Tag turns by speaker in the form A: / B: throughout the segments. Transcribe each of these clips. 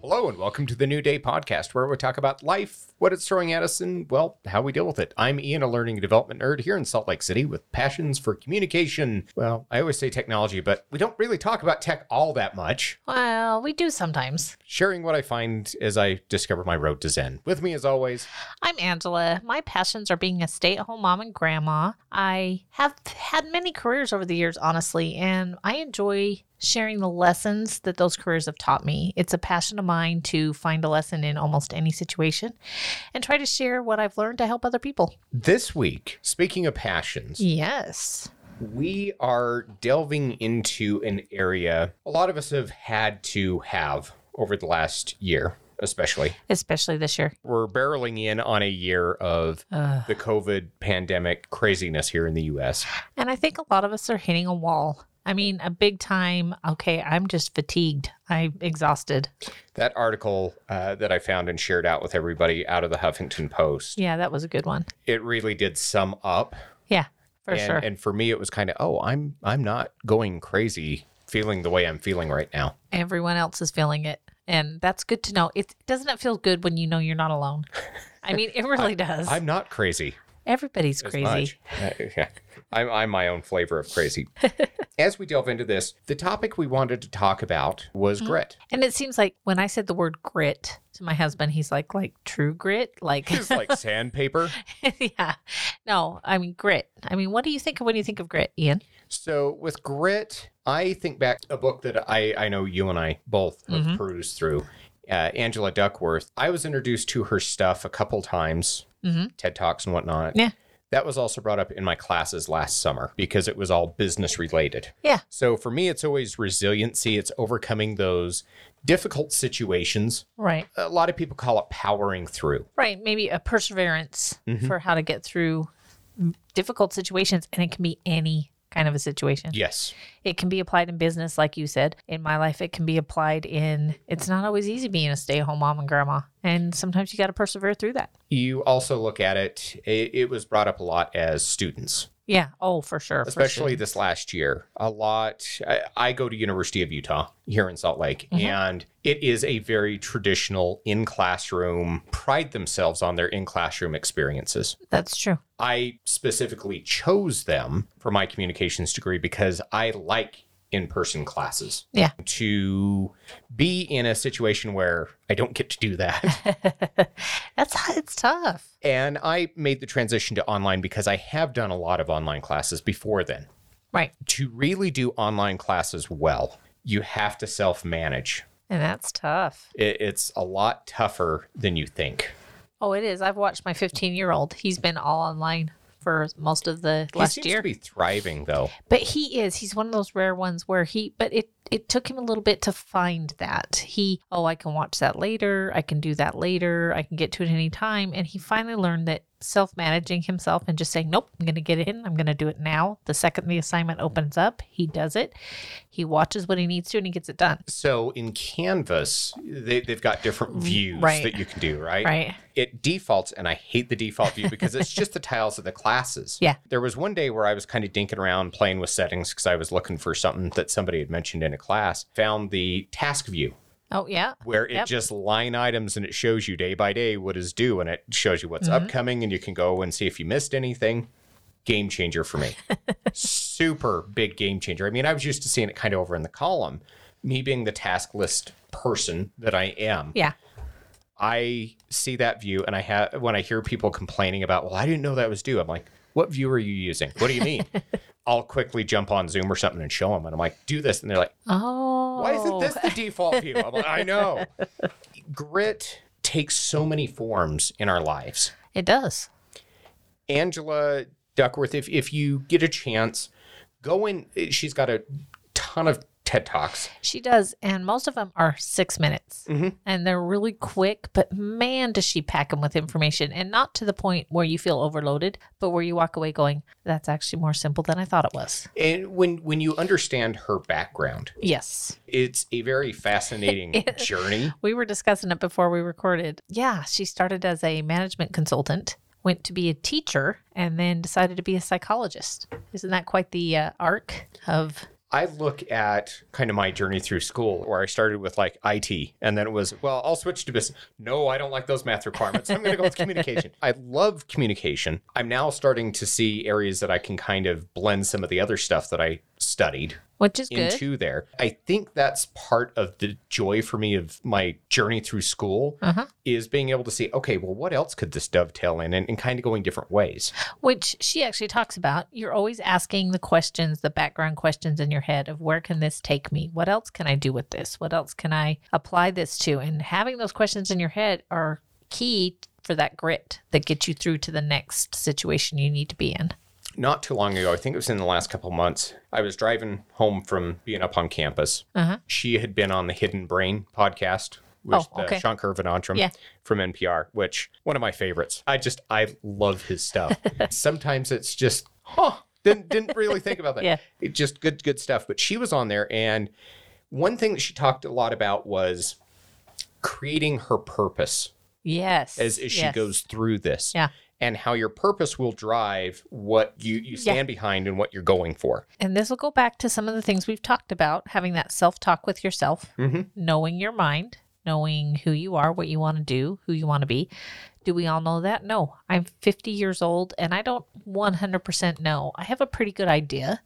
A: Hello, and welcome to the New Day podcast, where we talk about life, what it's throwing at us, and, well, how we deal with it. I'm Ian, a learning and development nerd here in Salt Lake City with passions for communication. Well, I always say technology, but we don't really talk about tech all that much.
B: Well, we do sometimes.
A: Sharing what I find as I discover my road to Zen. With me, as always,
B: I'm Angela. My passions are being a stay at home mom and grandma. I have had many careers over the years, honestly, and I enjoy sharing the lessons that those careers have taught me. It's a passion of mine to find a lesson in almost any situation and try to share what I've learned to help other people.
A: this week, speaking of passions,
B: Yes.
A: we are delving into an area a lot of us have had to have over the last year, especially.
B: Especially this year.
A: We're barreling in on a year of
B: Ugh.
A: the COVID pandemic craziness here in the US.
B: And I think a lot of us are hitting a wall. I mean, a big time, okay, I'm just fatigued. I'm exhausted.
A: That article uh, that I found and shared out with everybody out of the Huffington Post,
B: Yeah, that was a good one.
A: it really did sum up.
B: Yeah, for
A: and,
B: sure.
A: and for me, it was kind of, oh, I'm I'm not going crazy feeling the way I'm feeling right now.
B: Everyone else is feeling it. And that's good to know. It doesn't it feel good when you know you're not alone? I mean, it really does.
A: I'm not crazy.
B: Everybody's crazy.
A: much. Uh, yeah. I'm, I'm my own flavor of crazy. As we delve into this, the topic we wanted to talk about was
B: Mm-hmm.
A: grit.
B: And it seems like when I said the word grit to my husband, he's like, like true grit? Like
A: It's like sandpaper.
B: yeah. No, I mean grit. I mean, what do you think of when you think of grit, Ian?
A: So with grit, I think back to a book that I, I know you and I both have perused through. Uh, Angela Duckworth. I was introduced to her stuff a couple times,
B: Mhm.
A: TED Talks and whatnot.
B: Yeah.
A: That was also brought up in my classes last summer because it was all business related.
B: Yeah.
A: So for me, it's always resiliency. It's overcoming those difficult situations.
B: Right.
A: A lot of people call it powering through.
B: Right. Maybe a perseverance
A: Mhm.
B: for how to get through difficult situations. And it can be any kind of a situation.
A: Yes.
B: It can be applied in business, like you said. In my life, it can be applied in, it's not always easy being a stay at home mom and grandma. And sometimes you got to persevere through that.
A: You also look at it, it, it was brought up a lot as students.
B: Yeah. Oh, for sure. for
A: especially
B: sure.
A: this last year a lot I, I go to university of utah here in salt lake
B: Mhm.
A: and it is a very traditional in classroom pride themselves on their in classroom experiences
B: That's true.
A: i specifically chose them for my communications degree because i like in-person classes
B: Yeah.
A: to be in a situation where i don't get to do that
B: That's, it's tough.
A: and i made the transition to online because i have done a lot of online classes before then
B: Right.
A: to really do online classes well, you have to self manage.
B: And that's tough.
A: It's a lot tougher than you think.
B: Oh, it is. I've watched my 15 year old. He's been all online for most of the
A: he
B: last
A: seems
B: year.
A: to be thriving though.
B: But he is. He's one of those rare ones where he, but it, it took him a little bit to find that. He, oh, I can watch that later. I can do that later. I can get to it any time. And he finally learned that self managing himself and just saying, nope, I'm going to get in. I'm going to do it now. The second the assignment opens up, he does it. He watches what he needs to and he gets it done.
A: So in Canvas, they, they've got different views
B: Mm, right.
A: that you can do, right?
B: Right.
A: It defaults, and I hate the default view because it's just the tiles of the classes.
B: Yeah.
A: There was one day where I was kind of dinking around playing with settings because I was looking for something that somebody had mentioned in a class, found the task view.
B: Oh, yeah.
A: where it
B: Yep.
A: just line items and it shows you day by day what is due and it shows you what's
B: Mm-hmm.
A: upcoming and you can go and see if you missed anything. Game changer for me. Super big game changer. I mean, I was used to seeing it kind of over in the column. Me being the task list person that I am,
B: Yeah.
A: I see that view and I have when I hear people complaining about, well, I didn't know that was due. I'm like, what view are you using? What do you mean? I'll quickly jump on Zoom or something and show them. And I'm like, do this. And they're like,
B: Oh.
A: why isn't this the default view? I'm like, I know. Grit takes so many forms in our lives.
B: Oh, It does.
A: Angela Duckworth, if, if you get a chance, go in. She's got a ton of TED Talks.
B: She does, and most of them are six minutes, and they're really quick. But man, does she pack them with information, and not to the point where you feel overloaded, but where you walk away going, "That's actually more simple than I thought it was."
A: And when, when you understand her background,
B: Yes,
A: it's a very fascinating journey.
B: we were discussing it before we recorded. Yeah, she started as a management consultant, went to be a teacher, and then decided to be a psychologist. Isn't that quite the uh, arc of
A: I look at kind of my journey through school where I started with like IT and then it was, well, I'll switch to business. No, I don't like those math requirements. I'm going to go with communication. I love communication. I'm now starting to see areas that I can kind of blend some of the other stuff that I studied
B: which is good.
A: into there. I think that's part of the joy for me of my journey through school
B: Uh-huh.
A: is being able to see, okay, well, what else could this dovetail in and, and kind of going different ways?
B: which she actually talks about. You're always asking the questions, the background questions in your head of where can this take me? What else can I do with this? What else can I apply this to? And having those questions in your head are key for that grit that gets you through to the next situation you need to be in.
A: Not too long ago, I think it was in the last couple of months, I was driving home from being up on campus.
B: Uh-huh.
A: She had been on the Hidden Brain podcast with
B: Oh,
A: uh,
B: okay.
A: Shankar Vinantram
B: Yeah.
A: from NPR, which one of my favorites. I just, I love his stuff. Sometimes it's just, huh, didn't, didn't really think about that.
B: Yeah.
A: It just good, good stuff. But she was on there. And one thing that she talked a lot about was creating her purpose
B: Yes.
A: as, as she
B: yes.
A: goes through this
B: Yeah.
A: and how your purpose will drive what you, you stand behind and what you're going for.
B: And this will go back to some of the things we've talked about having that self talk with yourself,
A: Mhm.
B: knowing your mind, knowing who you are, what you want to do, who you want to be. Do we all know that? No. I'm 50 years old and I don't 100% know. I have a pretty good idea,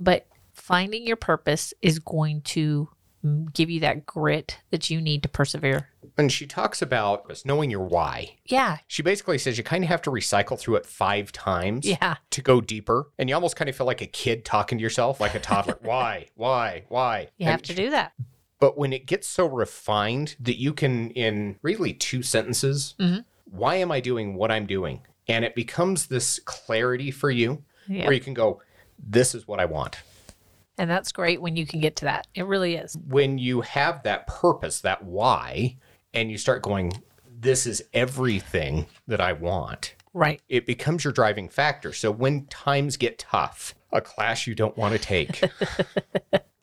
B: but finding your purpose is going to mm, give you that grit that you need to persevere.
A: And she talks about us knowing your why.
B: Yeah.
A: She basically says you kind of have to recycle through it five times
B: Yeah.
A: to go deeper. And you almost kind of feel like a kid talking to yourself, like a toddler. why, why, why?
B: You
A: And
B: have to do that.
A: But when it gets so refined that you can, in really two sentences,
B: Mhm.
A: why am I doing what I'm doing? And it becomes this clarity for you
B: Yeah.
A: where you can go, this is what I want.
B: And that's great when you can get to that. It really is.
A: When you have that purpose, that why, and you start going, this is everything that I want,
B: Right.
A: it becomes your driving factor. So when times get tough, a class you don't want to take,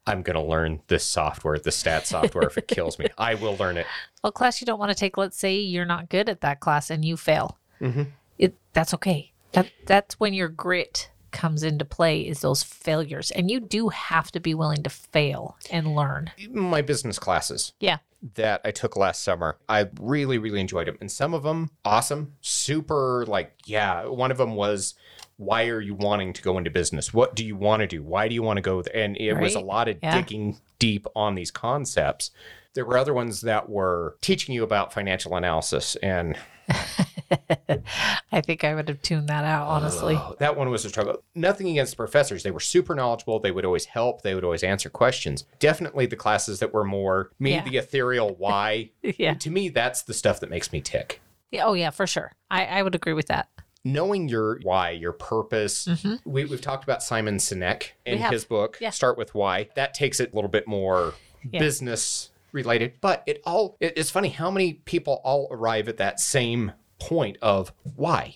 A: I'm going to learn this software, the stat software. If it kills me, I will learn it.
B: a class you don't want to take let's say you're not good at that class and you fail
A: Mhm.
B: it, that's okay that that's when your grit comes into play is those failures and you do have to be willing to fail and learn
A: My business classes,
B: yeah
A: that I took last summer. I really, really enjoyed them. And some of them, awesome, super like, yeah. One of them was, why are you wanting to go into business? What do you want to do? Why do you want to go there? And it was a
B: Right.
A: lot of
B: Yeah.
A: digging deep on these concepts. There were other ones that were teaching you about financial analysis. And
B: i think i would have tuned that out honestly
A: oh, that one was a struggle. Nothing against the professors. They were super knowledgeable. They would always help. They would always answer questions. Definitely the classes that were more me,
B: Yeah.
A: the ethereal why.
B: yeah.
A: To me, that's the stuff that makes me tick.
B: yeah oh yeah for sure i i would agree with that
A: knowing your why, your purpose.
B: Mhm.
A: We, we've talked about Simon Sinek in
B: We have.
A: his book,
B: Yeah.
A: Start With Why. That takes it a little bit more
B: Yeah.
A: business related, but it all, it- it's funny how many people all arrive at that same point of why.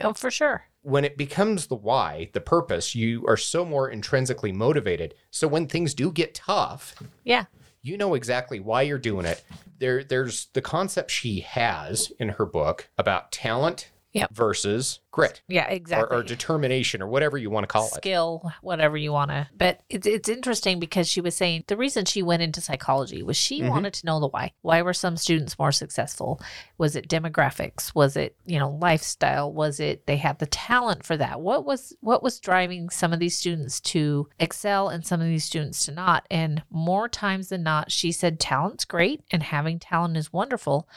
B: oh for sure
A: When it becomes the why, the purpose, you are so more intrinsically motivated. So when things do get tough,
B: yeah
A: you know exactly why you're doing it. There, there's the concept she has in her book about talent
B: Yep.
A: versus grit
B: yeah exactly
A: or, or determination or whatever you want to call it.
B: skill, whatever you want to. But it's, it's interesting because she was saying the reason she went into psychology was she wanted to know the why. Why were some students more successful? Was it demographics? Was it, you know, lifestyle? Was it they had the talent for that? What was what was driving some of these students to excel and some of these students to not? And more times than not, she said talent's great and having talent is wonderful,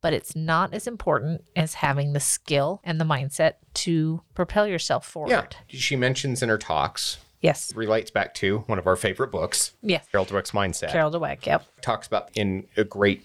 B: but it's not as important as having the skill and the mindset to propel yourself forward.
A: Yeah. She mentions in her talks,
B: Yes.
A: relates back to one of our favorite books,
B: Yes.
A: Carol Dweck's Mindset.
B: Carol Dweck. Yep.
A: Talks about in a great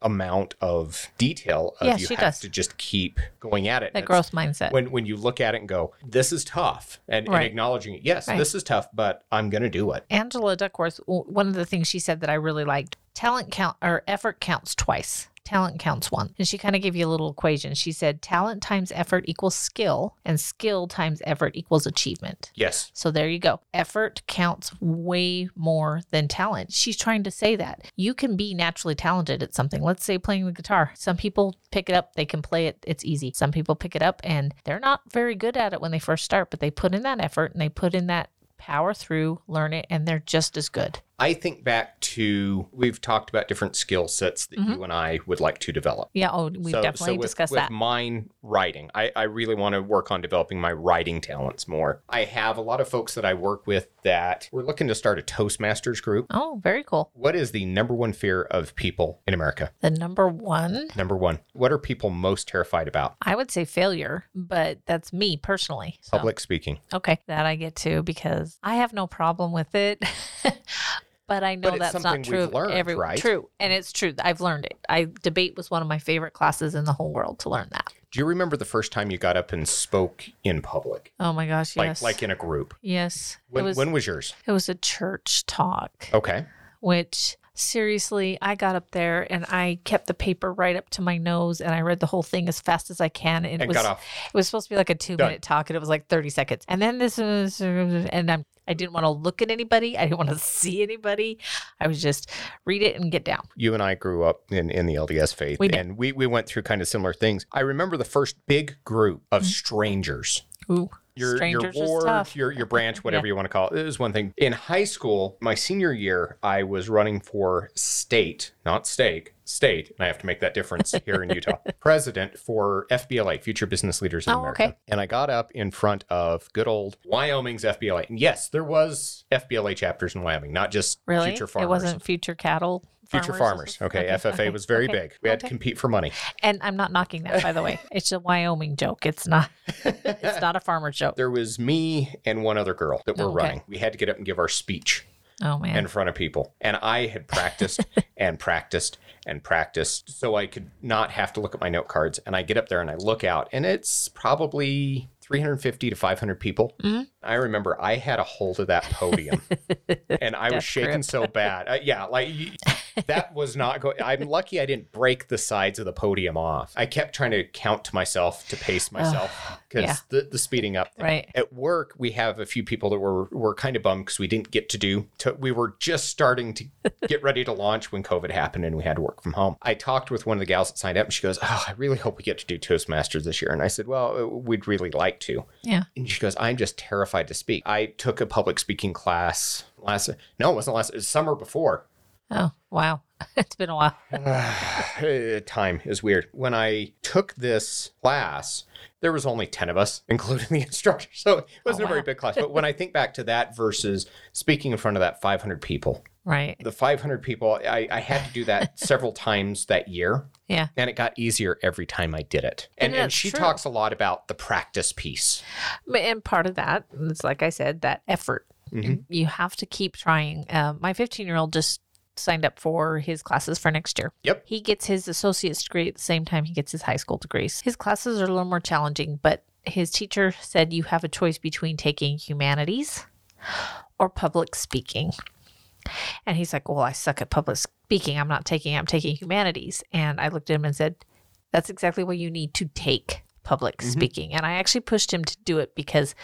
A: amount of detail of
B: Yeah,
A: you
B: she
A: have
B: does.
A: to just keep going at it.
B: That
A: It's-
B: growth mindset.
A: When when you look at it and go, this is tough, and, and
B: Right.
A: acknowledging it, yes,
B: Right.
A: this is tough, but I'm gonna do it.
B: Angela Duckworth, w- one of the things she said that I really liked talent count or effort counts twice. Talent counts one. And she kind of gave you a little equation. She said talent times effort equals skill, and skill times effort equals achievement.
A: Yes.
B: So there you go. Effort counts way more than talent. She's trying to say that you can be naturally talented at something. Let's say playing the guitar. Some people pick it up, they can play it, it's easy. Some people pick it up and they're not very good at it when they first start, but they put in that effort and they put in that power through, learn it, and they're just as good.
A: I think back to we've talked about different skill sets that
B: Mm-hmm.
A: you and I would like to develop.
B: Yeah. Oh, we've definitely
A: with,
B: discussed
A: with
B: that.
A: mine writing, I, I really want to work on developing my writing talents more. I have a lot of folks that I work with that we're looking to start a Toastmasters group.
B: Oh, very cool.
A: What is the number one fear of people in America?
B: The number one,
A: Number one, what are people most terrified about?
B: I would say failure, but that's me personally. So,
A: Public speaking.
B: Okay. That I get to because I have no problem with it. But I know
A: But it's
B: that's
A: something
B: not true.
A: we've
B: of
A: learned, right?
B: True, and it's true. I've learned it. I debate was one of my favorite classes in the whole world to learn that.
A: Do you remember the first time you got up and spoke in public,
B: Oh my gosh,
A: like
B: yes,
A: like in a group?
B: yes.
A: When
B: it was
A: when was yours?
B: it was a church talk.
A: Okay.
B: which seriously, I got up there and I kept the paper right up to my nose and I read the whole thing as fast as I can. And it
A: And
B: was
A: got off.
B: it was supposed to be like a two
A: Done.
B: minute talk and it was like thirty seconds. And then this was and I'm I didn't want to look at anybody. I didn't want to see anybody. I was just read it and get down.
A: you and I grew up in, in the LDS faith
B: We did.
A: and we, we went through kind of similar things. I remember the first big group
B: Mm-hmm.
A: of strangers.
B: Ooh,
A: Your,
B: strangers
A: your
B: is
A: ward,
B: tough.
A: your, your branch, whatever you want to call it. It was one thing. In high school, my senior year, I was running for state, not stake, state. And I have to make that difference here in Utah. President for FBLA, Future Business Leaders in
B: Oh,
A: America.
B: okay.
A: And I got up in front of good old Wyoming's FBLA. And yes, there was FBLA chapters in Wyoming, not just
B: Really?
A: future farmers.
B: It wasn't future cattle.
A: Future farmers. Okay. FFA was very
B: okay,
A: big. We had to
B: okay.
A: compete for money.
B: And I'm not knocking that, by the way. It's a Wyoming joke. It's not. it's not a farmer joke.
A: There was me and one other girl that were
B: Okay.
A: running. We had to get up and give our speech
B: Oh man.
A: in front of people. And I had practiced and practiced and practiced so I could not have to look at my note cards. And I get up there and I look out, and it's probably 350 to 500 people.
B: Mm.
A: I remember I had a hold of that podium and I was
B: Death
A: shaking
B: grip.
A: so bad. Uh, yeah, like y- that was not going. I'm lucky I didn't break the sides of the podium off. I kept trying to count to myself to pace myself because
B: yeah.
A: the, the speeding up thing.
B: Right.
A: At work, we have a few people that were were kind of bummed because we didn't get to do. To, we were just starting to get ready to launch when COVID happened, and we had to work from home. I talked with one of the gals that signed up, and she goes, "Oh, I really hope we get to do Toastmasters this year." And I said, "Well, uh, we'd really like to."
B: Yeah.
A: And she goes, "I'm just terrified to speak. I took a public speaking class last. No, it wasn't last. It was summer before.
B: Oh wow. it's been a while.
A: Uh, time is weird. When I took this class, there was only 10 of us, including the instructor. So it wasn't
B: Oh,
A: a very
B: wow.
A: big class. But when I think back to that versus speaking in front of that 500 people,
B: Right.
A: the 500 people, I, I had to do that several times that year.
B: Yeah.
A: And it got easier every time I did it.
B: And
A: And, and
B: that's
A: she
B: true.
A: talks a lot about the practice piece.
B: M- And part of that, it's like I said, that effort.
A: Mhm.
B: You have to keep trying. Um, my 15 year old just signed up for his classes for next year.
A: Yep.
B: He gets his associate's degree at the same time he gets his high school degrees. His classes are a little more challenging, but his teacher said you have a choice between taking humanities or public speaking. And he's like, Well, I suck at public speaking. I'm not taking, it. I'm taking humanities. And I looked at him and said, That's exactly what you need to take public speaking. And I actually pushed him to do it because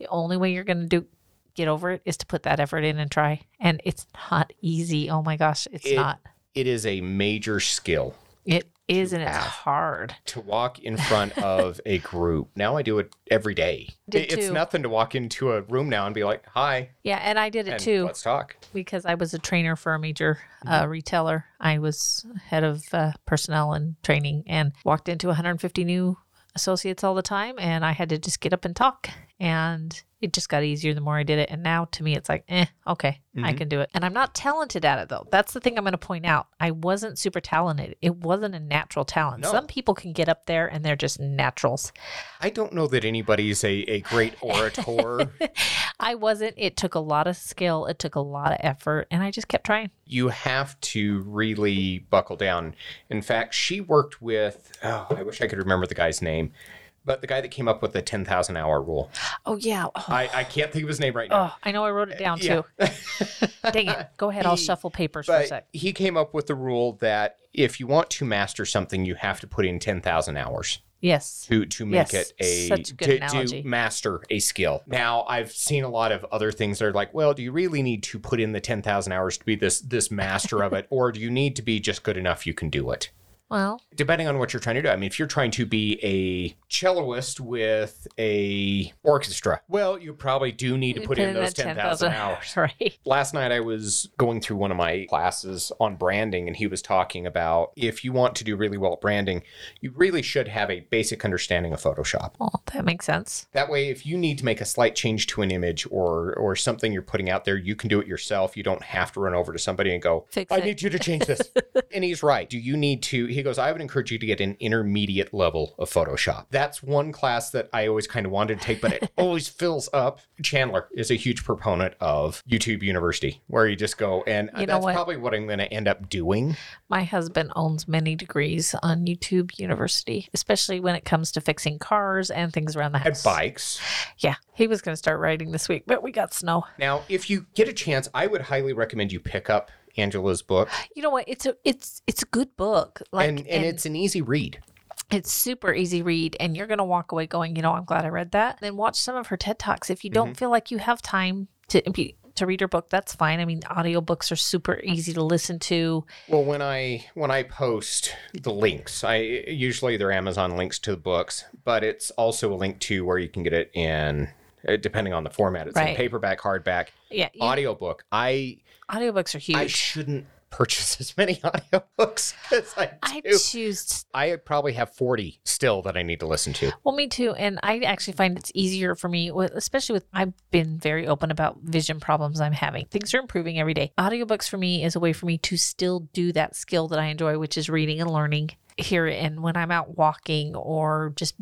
B: the only way you're going to do get over it is to put that effort in and try. And it's not easy. Oh my gosh, it's
A: It-
B: not.
A: It is a major skill.
B: It is, and it's
A: have.
B: hard.
A: to walk in front of a group. Now I do it every day.
B: Did
A: It- it's
B: too.
A: nothing to walk into a room now and be like, "Hi,"
B: Yeah, and I did it
A: and
B: too
A: let's talk.
B: because I was a trainer for a major
A: Mm-hmm.
B: uh, retailer. I was head of uh, personnel and training, and walked into 150 new associates all the time, and I had to just get up and talk and. It just got easier the more I did it. And now to me, it's like, eh, okay, I
A: Mm-hmm.
B: can do it. And I'm not talented at it though. That's the thing I'm going to point out. I wasn't super talented. It wasn't a natural talent.
A: No.
B: Some people can get up there and they're just naturals.
A: I don't know that anybody's a, a great orator.
B: I wasn't. It took a lot of skill. It took a lot of effort, and I just kept trying.
A: you have to really buckle down. In fact, she worked with, oh, I wish I could remember the guy's name, but the guy that came up with the 10,000 hour rule.
B: Oh yeah. Oh,
A: I, I can't think of his name right now.
B: oh, I know. I wrote it down
A: Uh, Yeah.
B: too. Dang it. Go ahead. I'll
A: He-
B: shuffle papers for a
A: But
B: sec.
A: he came up with the rule that if you want to master something, you have to put in 10,000 hours.
B: Yes.
A: to to make
B: Yes,
A: it a
B: such a good
A: to,
B: analogy.
A: to master a skill. Now I've seen a lot of other things that are like, well, do you really need to put in the ten thousand hours to be this this master of it, or do you need to be just good enough you can do it?
B: Well,
A: depending on what you're trying to do. I mean, if you're trying to be a celloist with a orchestra, well, you probably do need to put, in those
B: that
A: 10,000 hours.
B: Right.
A: Last night I was going through one of my classes on branding and he was talking about if you want to do really well at branding, you really should have a basic understanding of Photoshop.
B: Well, that makes sense.
A: That way if you need to make a slight change to an image or or something you're putting out there, you can do it yourself. You don't have to run over to somebody and go,
B: Fix
A: I
B: it.
A: need you to change this. and he's right. Do you need to? He goes, I would encourage you to get an intermediate level of Photoshop. That's one class that I always kind of wanted to take, but it always fills up. Chandler is a huge proponent of YouTube University, where you just go, and
B: You know
A: that's
B: what?
A: probably what I'm going to end up doing.
B: My husband owns many degrees on YouTube University, especially when it comes to fixing cars and things around the
A: And
B: house.
A: bikes.
B: Yeah, he was going to start writing this week, but we got snow.
A: Now, if you get a chance, I would highly recommend you pick up Angela's book,
B: You know what? It's a it's it's a good book. Like
A: and, and it's an easy read.
B: it's super easy read and you're going to walk away going, you know, I'm glad I read that. Then watch some of her TED Talks if you
A: Mm-hmm.
B: don't feel like you have time to to read her book, that's fine. I mean, audiobooks are super easy to listen to.
A: Well, when I when I post the links, I usually they're Amazon links to the books, but it's also a link to where you can get it in uh, depending on the format. It's in
B: Right.
A: paperback, hardback,
B: Yeah, you,
A: audiobook. I
B: audiobooks are
A: I
B: huge.
A: shouldn't purchase as many audiobooks as I
B: I
A: do.
B: choose
A: I probably have 40 still that I need to listen to.
B: Well, me too. And I actually find it's easier for me, with, especially with I've been very open about vision problems I'm having. Things are improving every day. Audiobooks for me is a way for me to still do that skill that I enjoy, which is reading and learning here and when I'm out walking or just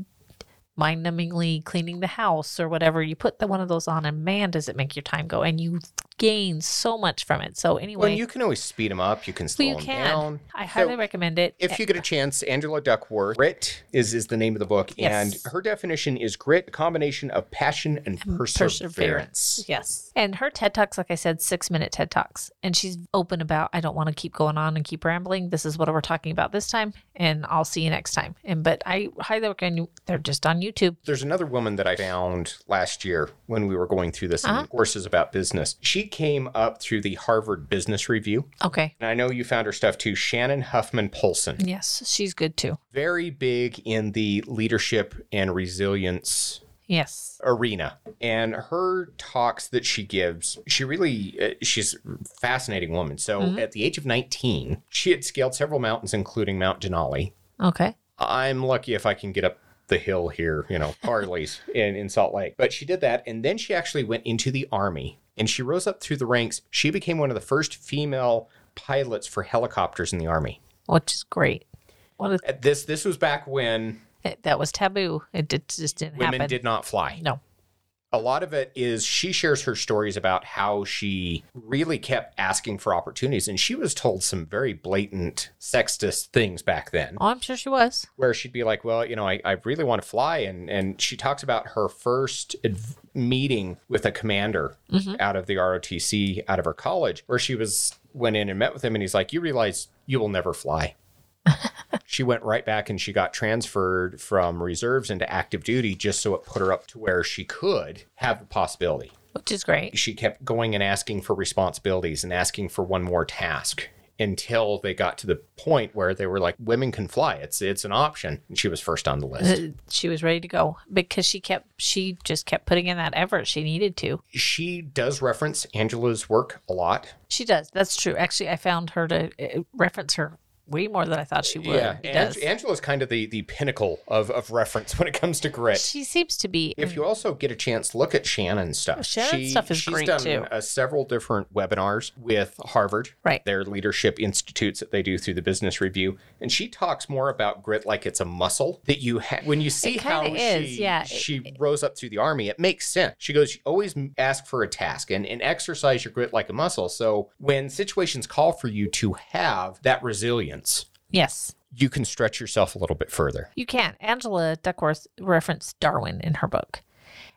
B: mind numbingly cleaning the house or whatever. You put the, one of those on, and man, does it make your time go. And you gain so much from it. So,
A: Well,
B: anyway,
A: and you can always speed them up, you can slow
B: well,
A: them
B: you can.
A: down.
B: I
A: So-
B: highly recommend it.
A: If you get a chance, Angela Duckworth, grit is, is the name of the book.
B: Yes.
A: And her definition is grit, a combination of passion and perseverance.
B: Yes. And her TED Talks, like I said, six minute TED Talks. And she's open about, I don't want to keep going on and keep rambling. This is what we're talking about this time. And I'll see you next time. And, but I highly recommend they're just on YouTube.
A: There's another woman that I found last year when we were going through this in courses about business. She came up through the Harvard Business Review.
B: Okay.
A: And I know you found her stuff too. Shannon Huffman Polson.
B: Yes. She's good too.
A: very big in the leadership and resilience
B: Yes.
A: arena and her talks that she gives she really uh, she's a fascinating woman so at the age of 19 she had scaled several mountains including mount denali
B: Okay.
A: i'm lucky if i can get up the hill here you know harley's in, in salt lake but she did that and then she actually went into the army and she rose up through the ranks she became one of the first female pilots for helicopters in the army
B: Which is great. What is, eh,
A: At this this was back when
B: that was taboo. It did, just didn't
A: women
B: happen.
A: did not fly
B: no.
A: a lot of it is she shares her stories about how she really kept asking for opportunities and she was told some very blatant sexist things back then
B: Oh, I'm sure she was.
A: where she'd be like well you know i, I really want to fly and and she talks about her first adv- meeting with a commander out of the rotc out of her college where she was went in and met with him and he's like you realize you will never fly she went right back and she got transferred from reserves into active duty just so it put her up to where she could have the possibility
B: Which is great.
A: she kept going and asking for responsibilities and asking for one more task until they got to the point where they were like women can fly it's it's an option and she was first on the
B: Uh-huh.
A: list
B: She was ready to go because she kept, she just kept putting in that effort she needed to.
A: she does reference angela's work a lot
B: She does. That's true. Actually, I found her to uh, reference her way more than I thought she would. She
A: Ang-
B: does.
A: angela's kind of the the pinnacle of of reference when it comes to grit
B: she seems to be.
A: if you also get a chance look at shannon's stuff
B: Oh, Shannon's stuff is
A: she's
B: great,
A: done
B: too.
A: uh, several different webinars with harvard
B: Right.
A: their leadership institutes that they do through the business review and she talks more about grit like it's a muscle that you ha- when you see how
B: kinda is,
A: she,
B: yeah.
A: she rose up through the army it makes sense she goes you always m- ask for a task and, and exercise your grit like a muscle so when situations call for you to have that resilience
B: yes,
A: you can stretch yourself a little bit further
B: you can. Angela Duckworth referenced Darwin in her book.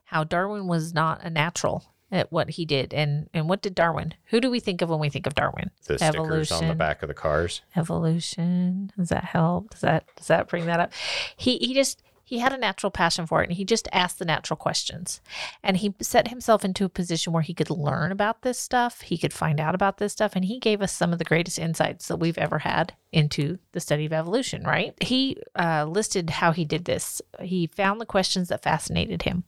B: How Darwin was not a natural at what he did, and and what did Darwin? Who do we think of when we think of Darwin?
A: the stickers on the back of the cars
B: Evolution. Does that help? Does that does that bring that up? He he just he had a natural passion for it and he just asked the natural questions. And he set himself into a position where he could learn about this stuff, he could find out about this stuff, and he gave us some of the greatest insights that we've ever had into the study of evolution, right? He uh, listed how he did this. He found the questions that fascinated him.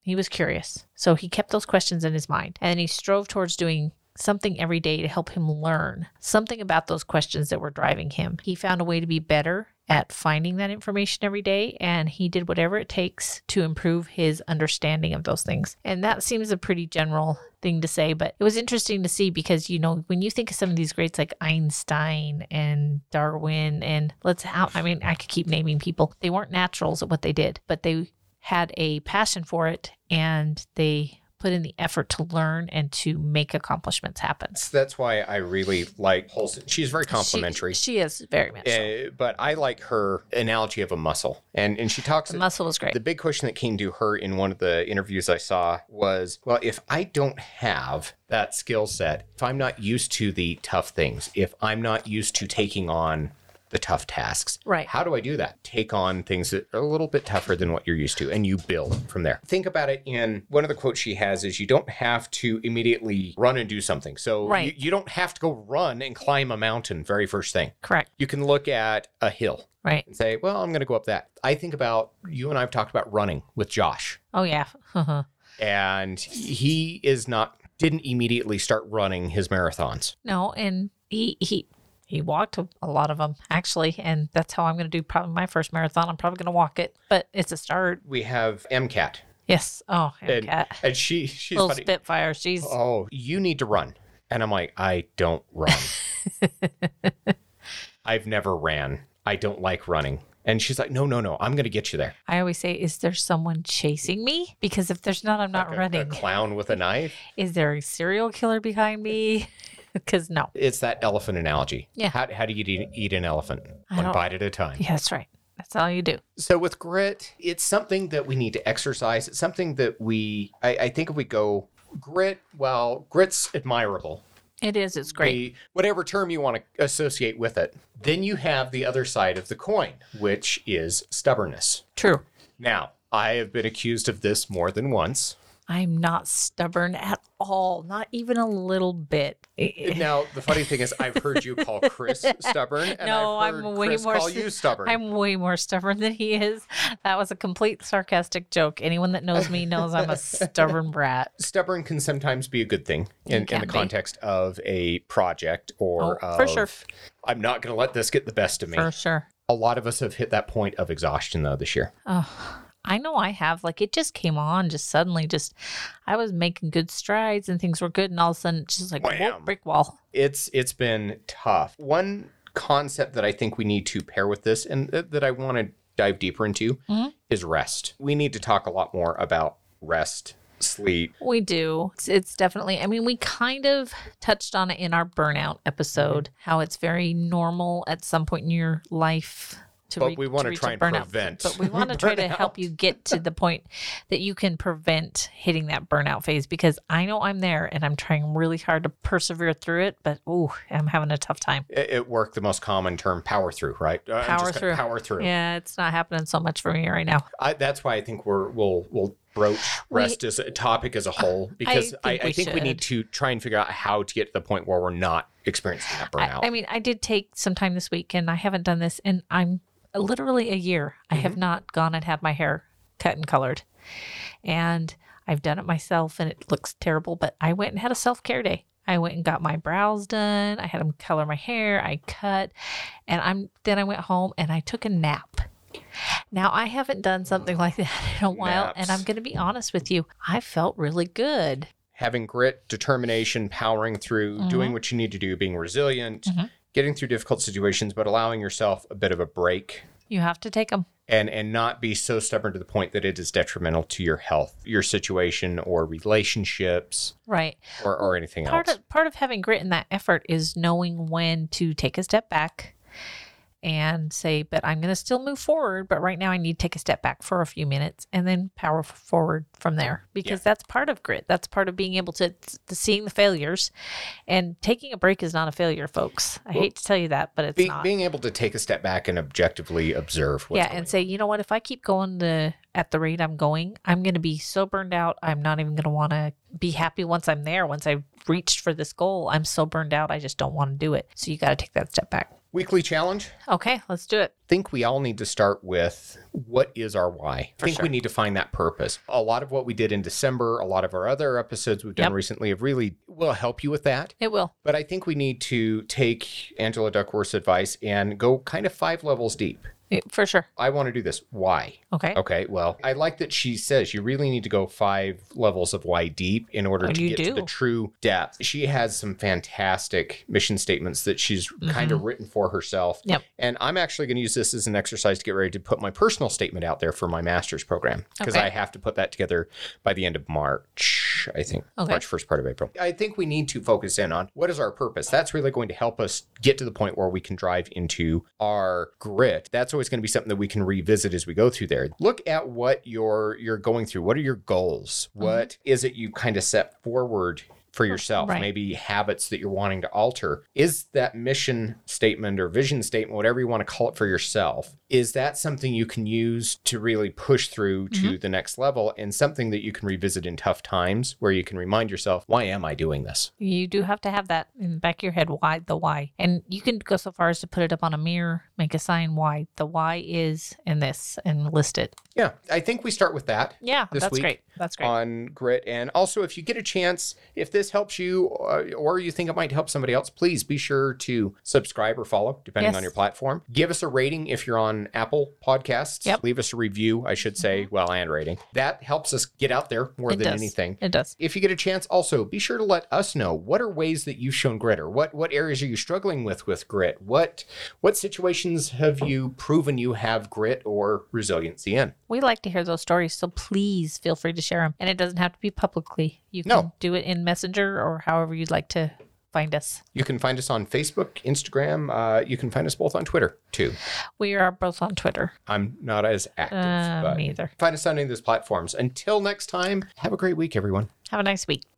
B: He was curious. So he kept those questions in his mind and he strove towards doing something every day to help him learn something about those questions that were driving him. He found a way to be better at finding that information every day and he did whatever it takes to improve his understanding of those things. And that seems a pretty general thing to say, but it was interesting to see because you know when you think of some of these greats like Einstein and Darwin and let's how I mean I could keep naming people. They weren't naturals at what they did, but they had a passion for it and they put in the effort to learn and to make accomplishments happen.
A: So that's why I really like Holston. She's very complimentary.
B: She, she is very much. so.
A: Uh, but I like her analogy of a muscle. And and she talks
B: The muscle was great.
A: the big question that came to her in one of the interviews I saw was, well, if I don't have that skill set, if I'm not used to the tough things, if I'm not used to taking on the tough tasks.
B: Right.
A: How do I do that? Take on things that are a little bit tougher than what you're used to and you build from there. Think about it in one of the quotes she has is you don't have to immediately run and do something. So
B: Right.
A: you, you don't have to go run and climb a mountain very first thing.
B: Correct.
A: You can look at a hill
B: Right.
A: and say, well, I'm going to go up that. I think about you and I have talked about running with Josh,
B: Oh yeah.
A: and he is not didn't immediately start running his marathons.
B: no, and he he he walked a a lot of them actually, and that's how I'm going to do probably my first marathon. I'm probably going to walk it, but it's a start.
A: We have MCAT,
B: Yes. Oh,
A: and
B: cat.
A: and she she's
B: little
A: funny.
B: Spitfire. She's
A: Oh, you need to run, and I'm like, I don't run. I've never ran. I don't like running. And she's like, no, no, no. I'm going to get you there.
B: I always say, is there someone chasing me? Because if there's not, I'm not
A: Like a- A
B: running.
A: clown with a knife.
B: Is there a serial killer behind me? Because no.
A: It's that elephant analogy.
B: Yeah.
A: How, how do you eat, eat an elephant?
B: I
A: One
B: don't-
A: bite at a time.
B: Yeah, that's right. That's all you do.
A: So with grit, it's something that we need to exercise. It's something that we, I, I think if we go grit, well, grit's admirable.
B: It is. It's great.
A: The- whatever term you want to associate with it. Then you have the other side of the coin, which is stubbornness.
B: True.
A: Now, I have been accused of this more than once.
B: I'm not stubborn at all. Not even a little bit.
A: Now, the funny thing is, I've heard you call Chris stubborn, and
B: No,
A: I've
B: I'm
A: heard
B: way
A: Chris
B: more
A: call
B: s-
A: you stubborn.
B: I'm way more stubborn than he is. That was a complete sarcastic joke. Anyone that knows me knows I'm a stubborn brat.
A: stubborn can sometimes be a good thing in, in
B: can
A: the
B: be.
A: context of a project or
B: Oh, for sure.
A: of, I'm not going to let this get the best of me.
B: For sure.
A: A lot of us have hit that point of exhaustion though this year.
B: Oh, I know I have. Like it just came on just suddenly. Just I was making good strides and things were good, and all of a sudden, it's just like whoa,
A: Wham.
B: brick wall.
A: It's it's been tough. One concept that I think we need to pair with this and th- that I want to dive deeper into
B: Mm-hmm.
A: is rest. We need to talk a lot more about rest, sleep.
B: We do. It's, it's definitely, I mean, we kind of touched on it in our burnout episode,
A: Mm-hmm.
B: how it's very normal at some point in your life. To
A: But we wanna
B: reach
A: try
B: a
A: and
B: burnout.
A: prevent
B: But we want to try to help you get to the point that you can prevent hitting that burnout phase because I know I'm there and I'm trying really hard to persevere through it, but ooh, I'm having a tough time.
A: I- At work, the most common term, power through, right? Uh, I'm
B: Power
A: just
B: through.
A: gonna Power through.
B: Yeah, it's not happening so much for me right now.
A: I, that's why I think we're we'll we'll broach rest as a topic as a whole because I
B: Uh, think
A: I,
B: we
A: think we need to try and figure out how to get to the point where we're not experiencing that burnout.
B: I mean, I did take some time this week and I haven't done this and I'm literally a year. I have not gone and had my hair cut and colored. And I've done it myself and it looks terrible, but I went and had a self-care day. I went and got my brows done. I had them color my hair. I cut and I'm then I went home and I took a nap. Now I haven't done something like that in a while and
A: Naps.
B: I'm going to be honest with you. I felt really good.
A: Having grit, determination, powering through, doing
B: Mm-hmm.
A: what you need to do, being resilient, getting through difficult situations, but allowing yourself a bit of a break
B: You have to take them.
A: and and not be so stubborn to the point that it is detrimental to your health, your situation, or relationships,
B: Right.
A: or or anything
B: part
A: else.
B: of part of having grit in that effort is knowing when to take a step back and say, but I'm going to still move forward, but right now I need to take a step back for a few minutes and then power f- forward from there because that's part of grit. That's part of being able to, to seeing the failures and taking a break is not a failure, folks. I hate to tell you that, but it's
A: Be-
B: not.
A: being able to take a step back and objectively observe what's
B: yeah,
A: going
B: and say, you know what? If I keep going the at the rate I'm going, I'm going to be so burned out. I'm not even going to want to be happy once I'm there. Once I've reached for this goal, I'm so burned out. I just don't want to do it. So you got to take that step back.
A: Weekly challenge.
B: Okay, let's do it.
A: think we all need to start with what is our why? I think we need to find that purpose. A lot of what we did in December, a lot of our other episodes we've done
B: Yep.
A: recently have really will help you with that.
B: It will.
A: But I think we need to take Angela Duckworth's advice and go kind of five levels deep.
B: Yeah, for sure.
A: I want to do this. Why?
B: Okay.
A: Okay, well, I like that she says you really need to go five levels of why deep in order
B: Oh,
A: to
B: you
A: get to
B: do.
A: the true depth. She has some fantastic mission statements that she's kind of written for herself.
B: Mm-hmm. Yep.
A: And I'm actually going to use this as an exercise to get ready to put my personal statement out there for my master's program because
B: Okay.
A: I have to put that together by the end of March, I think.
B: Okay.
A: March 1st part of April. I think we need to focus in on what is our purpose. That's really going to help us get to the point where we can drive into our grit. That's always going to be something that we can revisit as we go through there. Look at what you're you're going through. What are your goals? What is it you kind of set forward for yourself?
B: Right.
A: Maybe habits that you're wanting to alter. Is that mission statement or vision statement, whatever you want to call it for yourself, is that something you can use to really push through to the next level and something that you can revisit in tough times where you can remind yourself, why am I doing this?
B: You do have to have that in the back of your head. Why the why? And you can go so far as to put it up on a mirror, make a sign why. The why is and this and list it.
A: Yeah, I think we start with that.
B: Yeah,
A: This
B: that's
A: week
B: great. That's great.
A: on grit. And also, if you get a chance, if this helps you uh, or you think it might help somebody else, please be sure to subscribe or follow, depending
B: Yes.
A: on your platform. Give us a rating if you're on Apple Podcasts.
B: Yep. Mm-hmm.
A: Leave us a review, I should say, well, and rating. That helps us get out there more
B: it
A: than
B: does.
A: anything.
B: It does.
A: If you get a chance, also be sure to let us know what are ways that you've shown grit, or what what areas are you struggling with with grit? What what situations have you proven you have grit or resiliency in?
B: We like to hear those stories, so please feel free to share them. And it doesn't have to be publicly. You can
A: No.
B: do it in Messenger or however you'd like to find us.
A: You can find us on Facebook, Instagram. Uh, you can find us both on Twitter too.
B: We are both on Twitter.
A: I'm not as active,
B: Uh,
A: but
B: me either.
A: find us on any of those platforms. Until next time, have a great week, everyone.
B: Have a nice week.